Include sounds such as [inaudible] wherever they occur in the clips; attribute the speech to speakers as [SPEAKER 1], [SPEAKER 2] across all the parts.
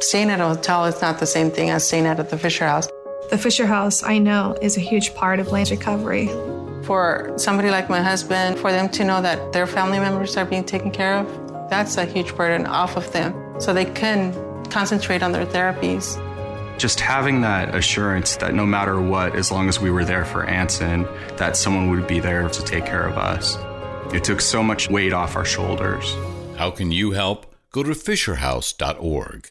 [SPEAKER 1] Staying at a hotel is not the same thing as staying at the Fisher House.
[SPEAKER 2] The Fisher House, I know, is a huge part of land recovery.
[SPEAKER 1] For somebody like my husband, for them to know that their family members are being taken care of, that's a huge burden off of them so they can concentrate on their therapies.
[SPEAKER 3] Just having that assurance that no matter what, as long as we were there for Anson, that someone would be there to take care of us. It took so much weight off our shoulders.
[SPEAKER 4] How can you help? Go to FisherHouse.org.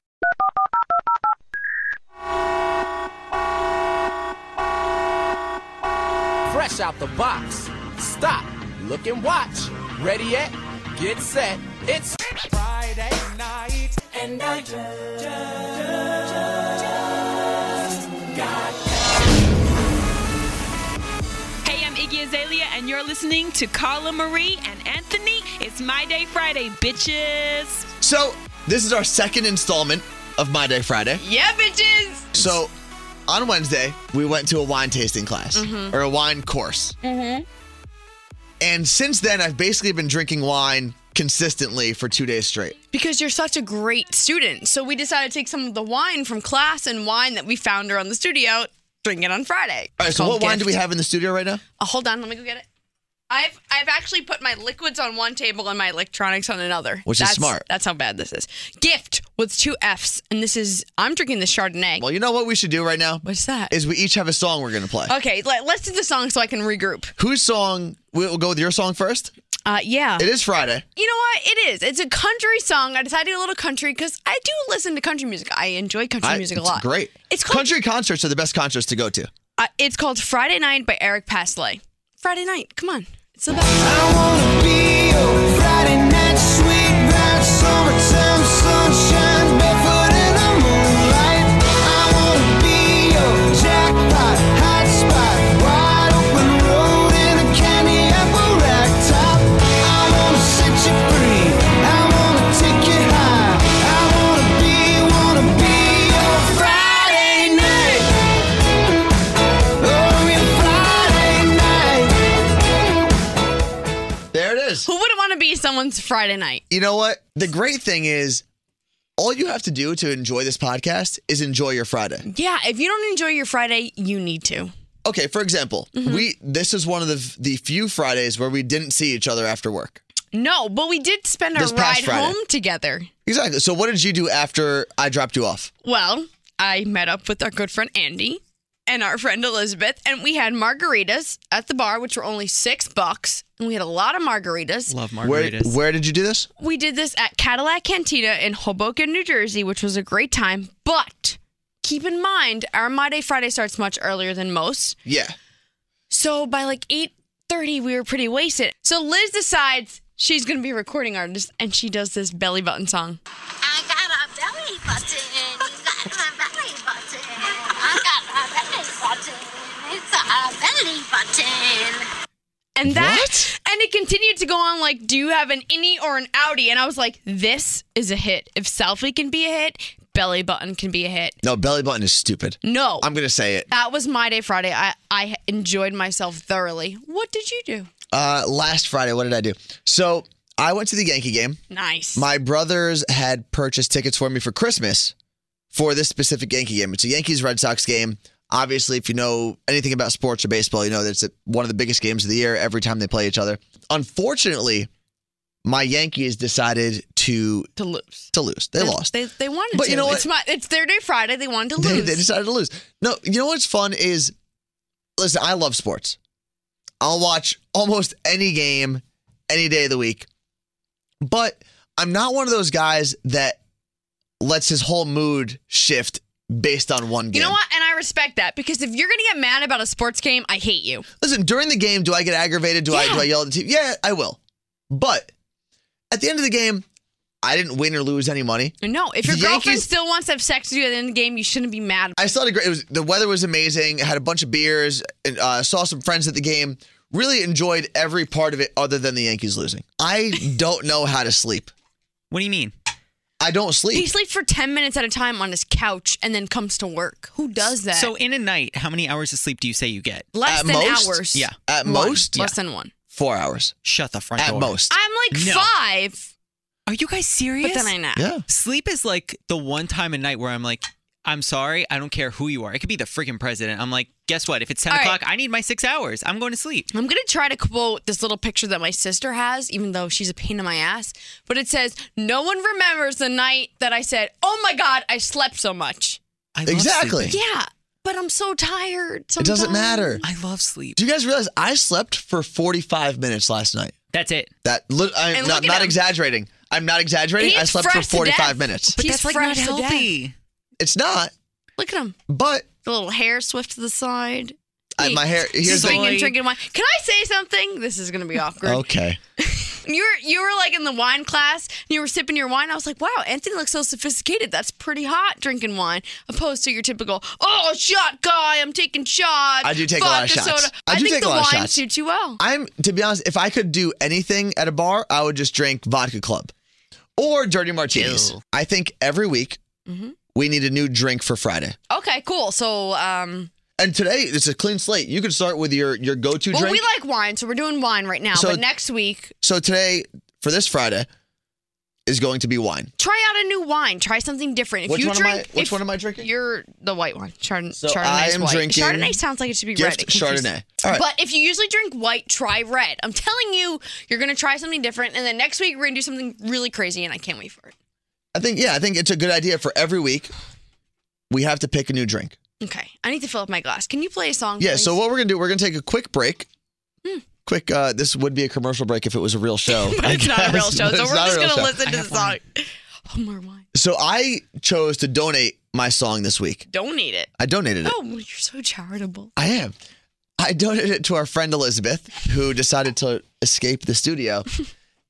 [SPEAKER 5] Fresh out the box. Stop, look and watch. Ready yet? Get set. It's Friday night, and I just, just,
[SPEAKER 6] just got. Hey, I'm Iggy Azalea, and you're listening to Carla Marie and Anthony. It's My Day Friday, bitches.
[SPEAKER 7] So, this is our second installment of My Day Friday.
[SPEAKER 6] Yeah, bitches.
[SPEAKER 7] So, on Wednesday, we went to a wine tasting class mm-hmm. or a wine course. Mm-hmm. And since then, I've basically been drinking wine consistently for two days straight.
[SPEAKER 8] Because you're such a great student. So we decided to take some of the wine from class and wine that we found around the studio, drink it on Friday.
[SPEAKER 7] All right, it's so what gift. wine do we have in the studio right now?
[SPEAKER 8] Oh, hold on, let me go get it. I've I've actually put my liquids on one table and my electronics on another.
[SPEAKER 7] Which
[SPEAKER 8] that's,
[SPEAKER 7] is smart.
[SPEAKER 8] That's how bad this is. Gift with two F's, and this is I'm drinking the Chardonnay.
[SPEAKER 7] Well, you know what we should do right now?
[SPEAKER 8] What's that? Oh.
[SPEAKER 7] Is we each have a song we're gonna play.
[SPEAKER 8] Okay, let, us do the song so I can regroup.
[SPEAKER 7] Whose song? We'll go with your song first.
[SPEAKER 8] Uh, yeah.
[SPEAKER 7] It is Friday.
[SPEAKER 8] You know what? It is. It's a country song. I decided to do a little country because I do listen to country music. I enjoy country I, music a lot.
[SPEAKER 7] Great.
[SPEAKER 8] It's called,
[SPEAKER 7] country concerts are the best concerts to go to.
[SPEAKER 8] Uh, it's called Friday Night by Eric Pasley. Friday night. Come on. It's the [laughs]
[SPEAKER 5] Oh,
[SPEAKER 8] someone's Friday night.
[SPEAKER 7] You know what? The great thing is, all you have to do to enjoy this podcast is enjoy your Friday.
[SPEAKER 8] Yeah, if you don't enjoy your Friday, you need to.
[SPEAKER 7] Okay, for example, mm-hmm. we this is one of the the few Fridays where we didn't see each other after work.
[SPEAKER 8] No, but we did spend this our ride Friday. home together.
[SPEAKER 7] Exactly. So what did you do after I dropped you off?
[SPEAKER 8] Well, I met up with our good friend Andy and our friend Elizabeth, and we had margaritas at the bar, which were only six bucks. And we had a lot of margaritas.
[SPEAKER 9] Love margaritas.
[SPEAKER 7] Where, where, did you do this?
[SPEAKER 8] We did this at Cadillac Cantina in Hoboken, New Jersey, which was a great time. But keep in mind, our My Day Friday starts much earlier than most.
[SPEAKER 7] Yeah.
[SPEAKER 8] So by like eight thirty, we were pretty wasted. So Liz decides she's going to be recording artist, and she does this belly button song.
[SPEAKER 10] I got a belly button. You got a belly button. I got a belly button. It's a belly button.
[SPEAKER 8] And that, what? and it continued to go on like, do you have an innie or an outie? And I was like, this is a hit. If selfie can be a hit, belly button can be a hit.
[SPEAKER 7] No, belly button is stupid.
[SPEAKER 8] No,
[SPEAKER 7] I'm gonna say it.
[SPEAKER 8] That was my day Friday. I I enjoyed myself thoroughly. What did you do?
[SPEAKER 7] Uh, last Friday, what did I do? So I went to the Yankee game.
[SPEAKER 8] Nice.
[SPEAKER 7] My brothers had purchased tickets for me for Christmas for this specific Yankee game. It's a Yankees Red Sox game. Obviously, if you know anything about sports or baseball, you know that it's one of the biggest games of the year every time they play each other. Unfortunately, my Yankees decided to
[SPEAKER 8] to lose.
[SPEAKER 7] To lose, they,
[SPEAKER 8] they
[SPEAKER 7] lost.
[SPEAKER 8] They they wanted, but to. you know what? It's, my, it's their day Friday. They wanted to
[SPEAKER 7] they,
[SPEAKER 8] lose.
[SPEAKER 7] They decided to lose. No, you know what's fun is, listen. I love sports. I'll watch almost any game, any day of the week. But I'm not one of those guys that lets his whole mood shift based on one game.
[SPEAKER 8] You know what? And I respect that because if you're gonna get mad about a sports game, I hate you.
[SPEAKER 7] Listen, during the game, do I get aggravated? Do yeah. I do I yell at the team? Yeah, I will. But at the end of the game, I didn't win or lose any money.
[SPEAKER 8] No, if your the girlfriend Yankees, still wants to have sex with you at the end of the game, you shouldn't be mad.
[SPEAKER 7] I still had a great. Was, the weather was amazing. I had a bunch of beers. And, uh, saw some friends at the game. Really enjoyed every part of it, other than the Yankees losing. I
[SPEAKER 8] [laughs]
[SPEAKER 7] don't know how to sleep.
[SPEAKER 9] What do you mean?
[SPEAKER 7] I don't sleep.
[SPEAKER 8] He sleeps for 10 minutes at a time on his couch and then comes to work. Who does that?
[SPEAKER 9] So, in a night, how many hours of sleep do you say you get?
[SPEAKER 8] Less
[SPEAKER 7] at
[SPEAKER 8] than
[SPEAKER 7] most,
[SPEAKER 8] hours.
[SPEAKER 9] Yeah.
[SPEAKER 7] At one. most?
[SPEAKER 8] Less yeah. than one.
[SPEAKER 7] Four hours.
[SPEAKER 9] Shut the front
[SPEAKER 7] at
[SPEAKER 9] door.
[SPEAKER 7] most.
[SPEAKER 8] I'm like no. five.
[SPEAKER 9] Are you guys serious?
[SPEAKER 8] then I nap. Yeah.
[SPEAKER 9] Sleep is like the one time a night where I'm like, I'm sorry, I don't care who you are. It could be the freaking president. I'm like, guess what? If it's 10
[SPEAKER 8] All right.
[SPEAKER 9] o'clock, I need my six hours. I'm going to sleep.
[SPEAKER 8] I'm gonna try to quote this little picture that my sister has, even though she's a pain in my ass. But it says, "No one remembers the night that I said, oh my god, I slept so much."
[SPEAKER 9] I
[SPEAKER 7] Exactly.
[SPEAKER 8] Yeah, but I'm so tired.
[SPEAKER 7] It doesn't
[SPEAKER 8] sometimes.
[SPEAKER 7] matter.
[SPEAKER 9] I love sleep.
[SPEAKER 7] Do you guys realize I slept for 45 minutes last night?
[SPEAKER 9] That's it.
[SPEAKER 7] That li- I'm
[SPEAKER 8] And
[SPEAKER 7] not,
[SPEAKER 8] look at
[SPEAKER 7] not
[SPEAKER 8] him.
[SPEAKER 7] exaggerating. I'm not exaggerating. I
[SPEAKER 8] He's
[SPEAKER 7] slept for
[SPEAKER 8] fresh to
[SPEAKER 7] 45
[SPEAKER 8] death.
[SPEAKER 7] minutes.
[SPEAKER 9] But
[SPEAKER 8] He's
[SPEAKER 9] that's like not
[SPEAKER 8] fresh to death.
[SPEAKER 9] healthy.
[SPEAKER 7] It's not,
[SPEAKER 8] Look at him.
[SPEAKER 7] but
[SPEAKER 8] The little hair swift to the side.
[SPEAKER 7] I, my hair. Here's
[SPEAKER 8] He's
[SPEAKER 7] the
[SPEAKER 8] drinking, drinking wine. Can I say something? This is gonna be awkward.
[SPEAKER 7] Okay.
[SPEAKER 8] You were you were like in the wine class and you were sipping your wine. I was like, wow, Anthony looks so sophisticated. That's pretty hot drinking wine, opposed to your typical, oh shot guy, I'm taking shots.
[SPEAKER 7] I do take a lot of
[SPEAKER 8] vodka
[SPEAKER 7] shots.
[SPEAKER 8] soda."
[SPEAKER 7] I do
[SPEAKER 8] think
[SPEAKER 7] take a
[SPEAKER 8] the
[SPEAKER 7] lot of
[SPEAKER 8] wine
[SPEAKER 7] shots.
[SPEAKER 8] suits you well.
[SPEAKER 7] I'm to be honest, if I could do anything at a bar, I would just drink vodka club or dirty martinis.
[SPEAKER 9] Ew.
[SPEAKER 7] I think every week
[SPEAKER 8] Mm-hmm.
[SPEAKER 7] we need a new drink for Friday.
[SPEAKER 8] Okay, cool. So um
[SPEAKER 7] And today it's a clean slate. You could start with your your go-to
[SPEAKER 8] well
[SPEAKER 7] drink.
[SPEAKER 8] we like wine, so we're doing wine right now.
[SPEAKER 7] So-
[SPEAKER 8] but next week,
[SPEAKER 7] so today for this Friday is going to be wine.
[SPEAKER 8] try out a new wine. Try something different. If
[SPEAKER 7] Which
[SPEAKER 8] you
[SPEAKER 7] one am
[SPEAKER 8] drink
[SPEAKER 7] I- which
[SPEAKER 8] if
[SPEAKER 7] one am I drinking?
[SPEAKER 8] You're the white one. Chard-
[SPEAKER 7] So
[SPEAKER 8] Chardonnay.
[SPEAKER 7] I
[SPEAKER 8] is
[SPEAKER 7] am
[SPEAKER 8] white.
[SPEAKER 7] drinking
[SPEAKER 8] Chardonnay sounds like it should be red.
[SPEAKER 7] Gift
[SPEAKER 8] It confuses-
[SPEAKER 7] Chardonnay. All right.
[SPEAKER 8] But if you usually drink white, try red. I'm telling you, you're gonna try something different, and then next week we're gonna do something really crazy, and I can't wait for it.
[SPEAKER 7] I think yeah, I think it's a good idea for every week we have to pick a new drink.
[SPEAKER 8] Okay, I need to fill up my glass. Can you play a song?
[SPEAKER 7] Yeah,
[SPEAKER 8] please?
[SPEAKER 7] so what we're going to do, we're going to take a quick break. Quick uh this would be a commercial break if it was a real show.
[SPEAKER 8] [laughs] Hmm. [laughs] But
[SPEAKER 7] I
[SPEAKER 8] it's not a real
[SPEAKER 7] guess,
[SPEAKER 8] show,
[SPEAKER 7] but
[SPEAKER 8] so
[SPEAKER 7] it's
[SPEAKER 8] we're
[SPEAKER 7] not a
[SPEAKER 8] just
[SPEAKER 7] real
[SPEAKER 8] gonna
[SPEAKER 7] show.
[SPEAKER 8] listen to
[SPEAKER 9] I
[SPEAKER 8] the
[SPEAKER 9] have
[SPEAKER 8] song. Oh, [laughs] more wine.
[SPEAKER 7] So I chose to donate my song this week.
[SPEAKER 8] Donate it.
[SPEAKER 7] I donated it.
[SPEAKER 8] Oh, you're so charitable.
[SPEAKER 7] I am. I donated it to our friend Elizabeth, who decided to escape the
[SPEAKER 8] [laughs]
[SPEAKER 7] studio.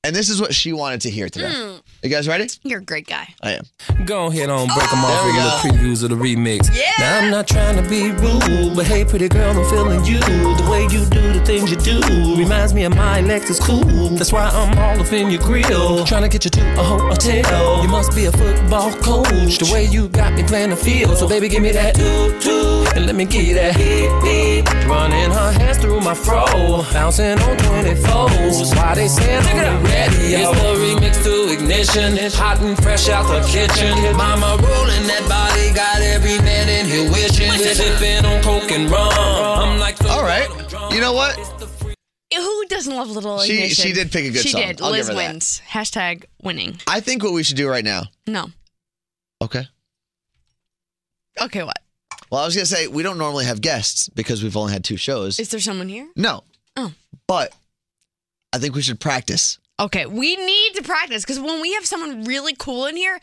[SPEAKER 7] And this is what she wanted to hear today.
[SPEAKER 8] Hmm.
[SPEAKER 7] You guys ready?
[SPEAKER 8] You're a great guy.
[SPEAKER 7] I am.
[SPEAKER 5] Go ahead on, break them off
[SPEAKER 7] There we
[SPEAKER 5] with little previews of the remix.
[SPEAKER 8] Yeah.
[SPEAKER 5] Now I'm not trying to be rude, but hey, pretty girl, I'm feeling you. The way you do the things you do reminds me of my Lexus cool. That's why I'm all up in your grill, trying to get you to a hotel. You must be a football coach, the way you got me playing the field. So baby, give me that toot toot, and let me give you that beep beep. Running her hands through my fro, bouncing on 24s. Why they saying I'm ready? It's the remix to ignition, hot and fresh out the kitchen. Mama rolling that body, got every man in here wishing. Sipping on coke and rum. I'm like the
[SPEAKER 7] All right. You know what?
[SPEAKER 8] Who doesn't love Little
[SPEAKER 7] She-
[SPEAKER 8] Ignition?
[SPEAKER 7] she did pick a good
[SPEAKER 8] she
[SPEAKER 7] song.
[SPEAKER 8] did.
[SPEAKER 7] I'll give
[SPEAKER 8] Liz
[SPEAKER 7] her that.
[SPEAKER 8] wins. Hashtag winning.
[SPEAKER 7] I think what we should do right now.
[SPEAKER 8] No.
[SPEAKER 7] Okay.
[SPEAKER 8] Okay, what?
[SPEAKER 7] Well, I was going to say, we don't normally have guests because we've only had two shows.
[SPEAKER 8] Is there someone here?
[SPEAKER 7] no.
[SPEAKER 8] Oh.
[SPEAKER 7] But I think we should practice.
[SPEAKER 8] Okay, we need to practice because when we have someone really cool in here,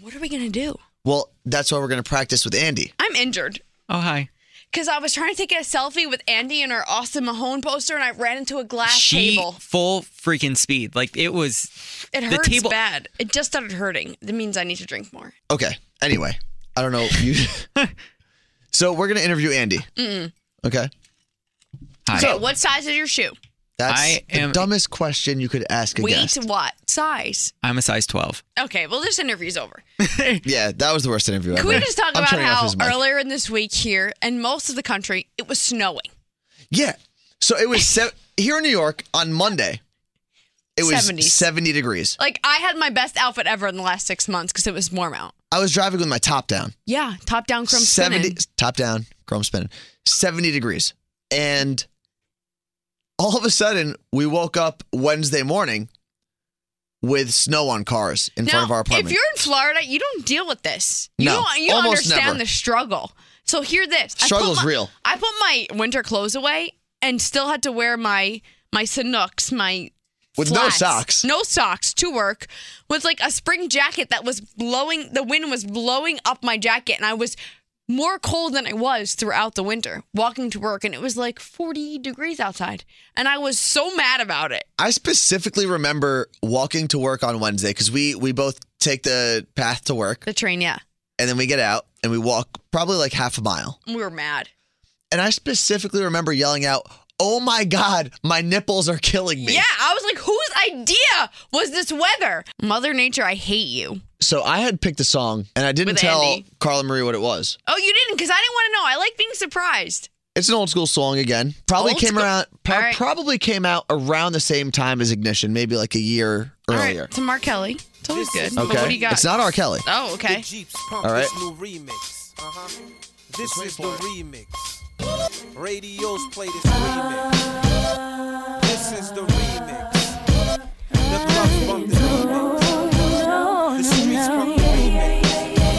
[SPEAKER 8] what are we gonna do?
[SPEAKER 7] Well, that's why we're going to practice with Andy.
[SPEAKER 8] I'm injured
[SPEAKER 9] Oh, hi.
[SPEAKER 8] because I was trying to take a selfie with Andy and our Austin Mahone poster, and I ran into a glass
[SPEAKER 9] she
[SPEAKER 8] table.
[SPEAKER 9] full freaking speed. Like it was.
[SPEAKER 8] It
[SPEAKER 9] the
[SPEAKER 8] hurts
[SPEAKER 9] table-
[SPEAKER 8] bad. It just started hurting. That means I need to drink more.
[SPEAKER 7] Okay. Anyway, I don't know. [laughs] You... so we're going to interview Andy. Okay.
[SPEAKER 9] Hi.
[SPEAKER 8] Okay, what size is your shoe?
[SPEAKER 7] That's
[SPEAKER 9] I
[SPEAKER 7] the
[SPEAKER 9] am-
[SPEAKER 7] dumbest question you could ask a
[SPEAKER 8] Weight,
[SPEAKER 7] guest.
[SPEAKER 8] what size?
[SPEAKER 9] I'm a size 12.
[SPEAKER 8] Okay, well this interview's over.
[SPEAKER 7] Yeah, that was the worst interview
[SPEAKER 8] Can
[SPEAKER 7] ever.
[SPEAKER 8] we just talk
[SPEAKER 7] I'm
[SPEAKER 8] about
[SPEAKER 7] turning off
[SPEAKER 8] how
[SPEAKER 7] his mic.
[SPEAKER 8] earlier in this week here and most of the country it was snowing?
[SPEAKER 7] Yeah. So it was se- here in New York on Monday. It was
[SPEAKER 8] 70.
[SPEAKER 7] 70 degrees.
[SPEAKER 8] Like I had my best outfit ever in the last six months because it was warm out.
[SPEAKER 7] I was driving with my top down.
[SPEAKER 8] Yeah, top down chrome spinning.
[SPEAKER 7] top down, chrome spinning. 70 degrees. And all of a sudden, we woke up Wednesday morning with snow on cars in front of our apartment.
[SPEAKER 8] If you're in Florida, you don't deal with this. You
[SPEAKER 7] No,
[SPEAKER 8] don't, you don't
[SPEAKER 7] almost
[SPEAKER 8] understand
[SPEAKER 7] never.
[SPEAKER 8] the struggle. So hear this. I put
[SPEAKER 7] Struggle's
[SPEAKER 8] my-
[SPEAKER 7] real.
[SPEAKER 8] I put my winter clothes away and still had to wear my my Sanooks, my
[SPEAKER 7] With no
[SPEAKER 8] flats,
[SPEAKER 7] socks.
[SPEAKER 8] No socks to work with like a spring jacket that was blowing the wind was blowing up my jacket and I was more cold than I was throughout the winter walking to work and it was like 40 degrees outside and I was so mad about it.
[SPEAKER 7] I specifically remember walking to work on Wednesday because we, we both take the path to work
[SPEAKER 8] The train, yeah.
[SPEAKER 7] and then we get out and we walk probably like half a mile.
[SPEAKER 8] We were mad.
[SPEAKER 7] And I specifically remember yelling out, Oh my God, my nipples are killing me.
[SPEAKER 8] Yeah, I was like, whose idea was this weather? Mother Nature, I hate you.
[SPEAKER 7] So I had picked a song and I didn't
[SPEAKER 8] With
[SPEAKER 7] tell
[SPEAKER 8] Andy.
[SPEAKER 7] Carla Marie what it was.
[SPEAKER 8] Oh, you didn't? Because I didn't want to know. I like being surprised.
[SPEAKER 7] It's an old school song again. Probably
[SPEAKER 8] Old
[SPEAKER 7] came
[SPEAKER 8] school-
[SPEAKER 7] around pro-
[SPEAKER 8] All right.
[SPEAKER 7] probably came out around the same time as Ignition, maybe like a year earlier.
[SPEAKER 8] It's Mark Kelly. It's always good. But
[SPEAKER 7] Oh, Okay.
[SPEAKER 8] what do you got?
[SPEAKER 7] It's not R. Kelly.
[SPEAKER 8] Oh, okay.
[SPEAKER 7] All right.
[SPEAKER 11] New remix. Uh-huh. This is the remix. Radios play this remix. This is the remix. The clubs bump this remix. The streets bump the remix.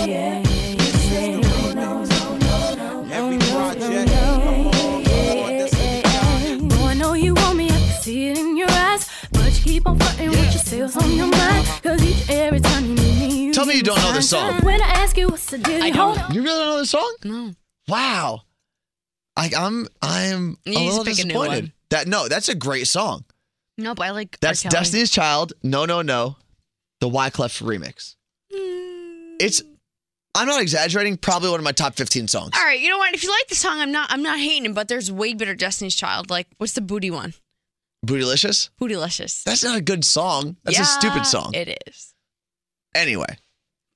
[SPEAKER 11] This is the remix. Every project, I'm on board. That's
[SPEAKER 12] No, I know you want me, I can see it in your eyes. But you keep on fronting with your sales on your mind. Cause each and every time you meet me, you
[SPEAKER 7] Tell me you don't know this
[SPEAKER 8] [laughs]
[SPEAKER 7] song.
[SPEAKER 12] When I ask you what's the deal, you hold
[SPEAKER 7] You really don't know this song? No. Wow. I, I'm I'm
[SPEAKER 8] You need
[SPEAKER 7] a
[SPEAKER 8] to
[SPEAKER 7] little
[SPEAKER 8] pick a new
[SPEAKER 7] disappointed.
[SPEAKER 8] one.
[SPEAKER 7] That no, that's a great song.
[SPEAKER 8] No, but I like R.
[SPEAKER 7] That's
[SPEAKER 8] Kelly.
[SPEAKER 7] Destiny's Child. No, no, no. The Wyclef remix.
[SPEAKER 8] Hmm.
[SPEAKER 7] It's. I'm not exaggerating. Probably one of my top 15 songs.
[SPEAKER 8] All right, you know what? If you like the song, I'm not. I'm not hating, it, but there's way better Destiny's Child. Like, what's the booty one?
[SPEAKER 7] Bootylicious.
[SPEAKER 8] Bootylicious.
[SPEAKER 7] That's not a good song. That's a stupid
[SPEAKER 8] Yeah,
[SPEAKER 7] song.
[SPEAKER 8] It is.
[SPEAKER 7] Anyway,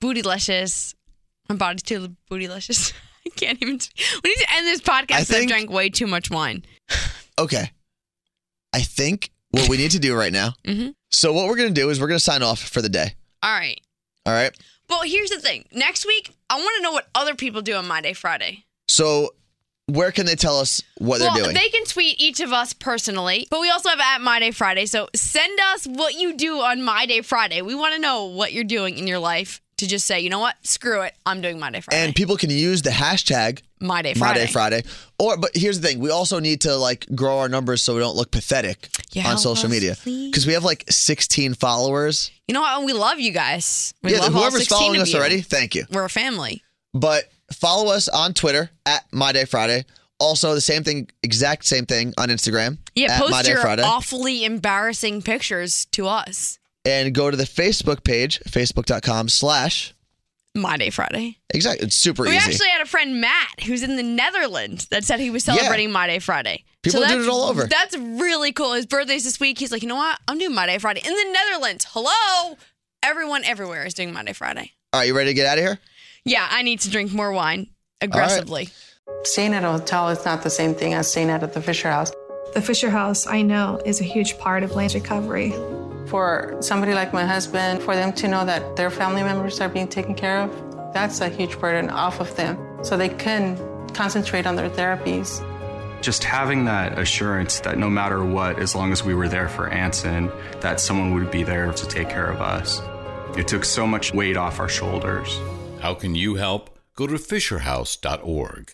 [SPEAKER 8] Bootylicious. My body too bootylicious. [laughs] I can't even. speak. We need to end this podcast. I've drank way too much wine.
[SPEAKER 7] okay. I think what we need to do right now.
[SPEAKER 8] Mhm.
[SPEAKER 7] So what we're gonna do is we're gonna sign off for the day.
[SPEAKER 8] All right.
[SPEAKER 7] All right.
[SPEAKER 8] Well, here's the thing. Next week, I want to know what other people do on My Day Friday.
[SPEAKER 7] So where can they tell us what
[SPEAKER 8] well,
[SPEAKER 7] they're doing?
[SPEAKER 8] they can tweet each of us personally, but we also have at My Day Friday. So send us what you do on My Day Friday. We want to know what you're doing in your life to just say, you know what? Screw it. I'm doing My Day Friday.
[SPEAKER 7] and people can use the hashtag
[SPEAKER 8] My Day
[SPEAKER 7] My
[SPEAKER 8] Friday.
[SPEAKER 7] Day Friday. Or but here's the thing, we also need to like grow our numbers so we don't look pathetic
[SPEAKER 8] Yeah,
[SPEAKER 7] on
[SPEAKER 8] help
[SPEAKER 7] social
[SPEAKER 8] us,
[SPEAKER 7] media. Because we have like 16 followers.
[SPEAKER 8] You know what? We love you guys. We
[SPEAKER 7] yeah,
[SPEAKER 8] love all
[SPEAKER 7] whoever's
[SPEAKER 8] 16
[SPEAKER 7] following
[SPEAKER 8] of
[SPEAKER 7] us
[SPEAKER 8] you.
[SPEAKER 7] already, thank you.
[SPEAKER 8] We're a family.
[SPEAKER 7] But follow us on Twitter at My Day Friday. Also, the same thing, exact same thing on Instagram.
[SPEAKER 8] Yeah,
[SPEAKER 7] at
[SPEAKER 8] post
[SPEAKER 7] My Day
[SPEAKER 8] your
[SPEAKER 7] Friday.
[SPEAKER 8] awfully embarrassing pictures to us.
[SPEAKER 7] and go to the Facebook page, facebook.com slash
[SPEAKER 8] My Day Friday.
[SPEAKER 7] Exactly. It's super
[SPEAKER 8] we
[SPEAKER 7] easy.
[SPEAKER 8] actually had a friend Matt who's in the Netherlands that said he was celebrating My Day Friday.
[SPEAKER 7] People do it
[SPEAKER 8] that's-
[SPEAKER 7] all over.
[SPEAKER 8] That's really cool. His birthday's this week. He's like, you know what? I'm doing My Day Friday in the Netherlands. Hello, everyone everywhere is doing My Day Friday.
[SPEAKER 7] All right, you ready to get out of here?
[SPEAKER 8] Yeah, I need to drink more wine aggressively.
[SPEAKER 1] Staying at a hotel is not the same thing as staying at the Fisher House.
[SPEAKER 2] The Fisher House, I know, is a huge part of land recovery.
[SPEAKER 1] For somebody like my husband, for them to know that their family members are being taken care of, that's a huge burden off of them. So they can concentrate on their therapies.
[SPEAKER 3] Just having that assurance that no matter what, as long as we were there for Anson, that someone would be there to take care of us. It took so much weight off our shoulders.
[SPEAKER 4] How can you help? Go to FisherHouse.org.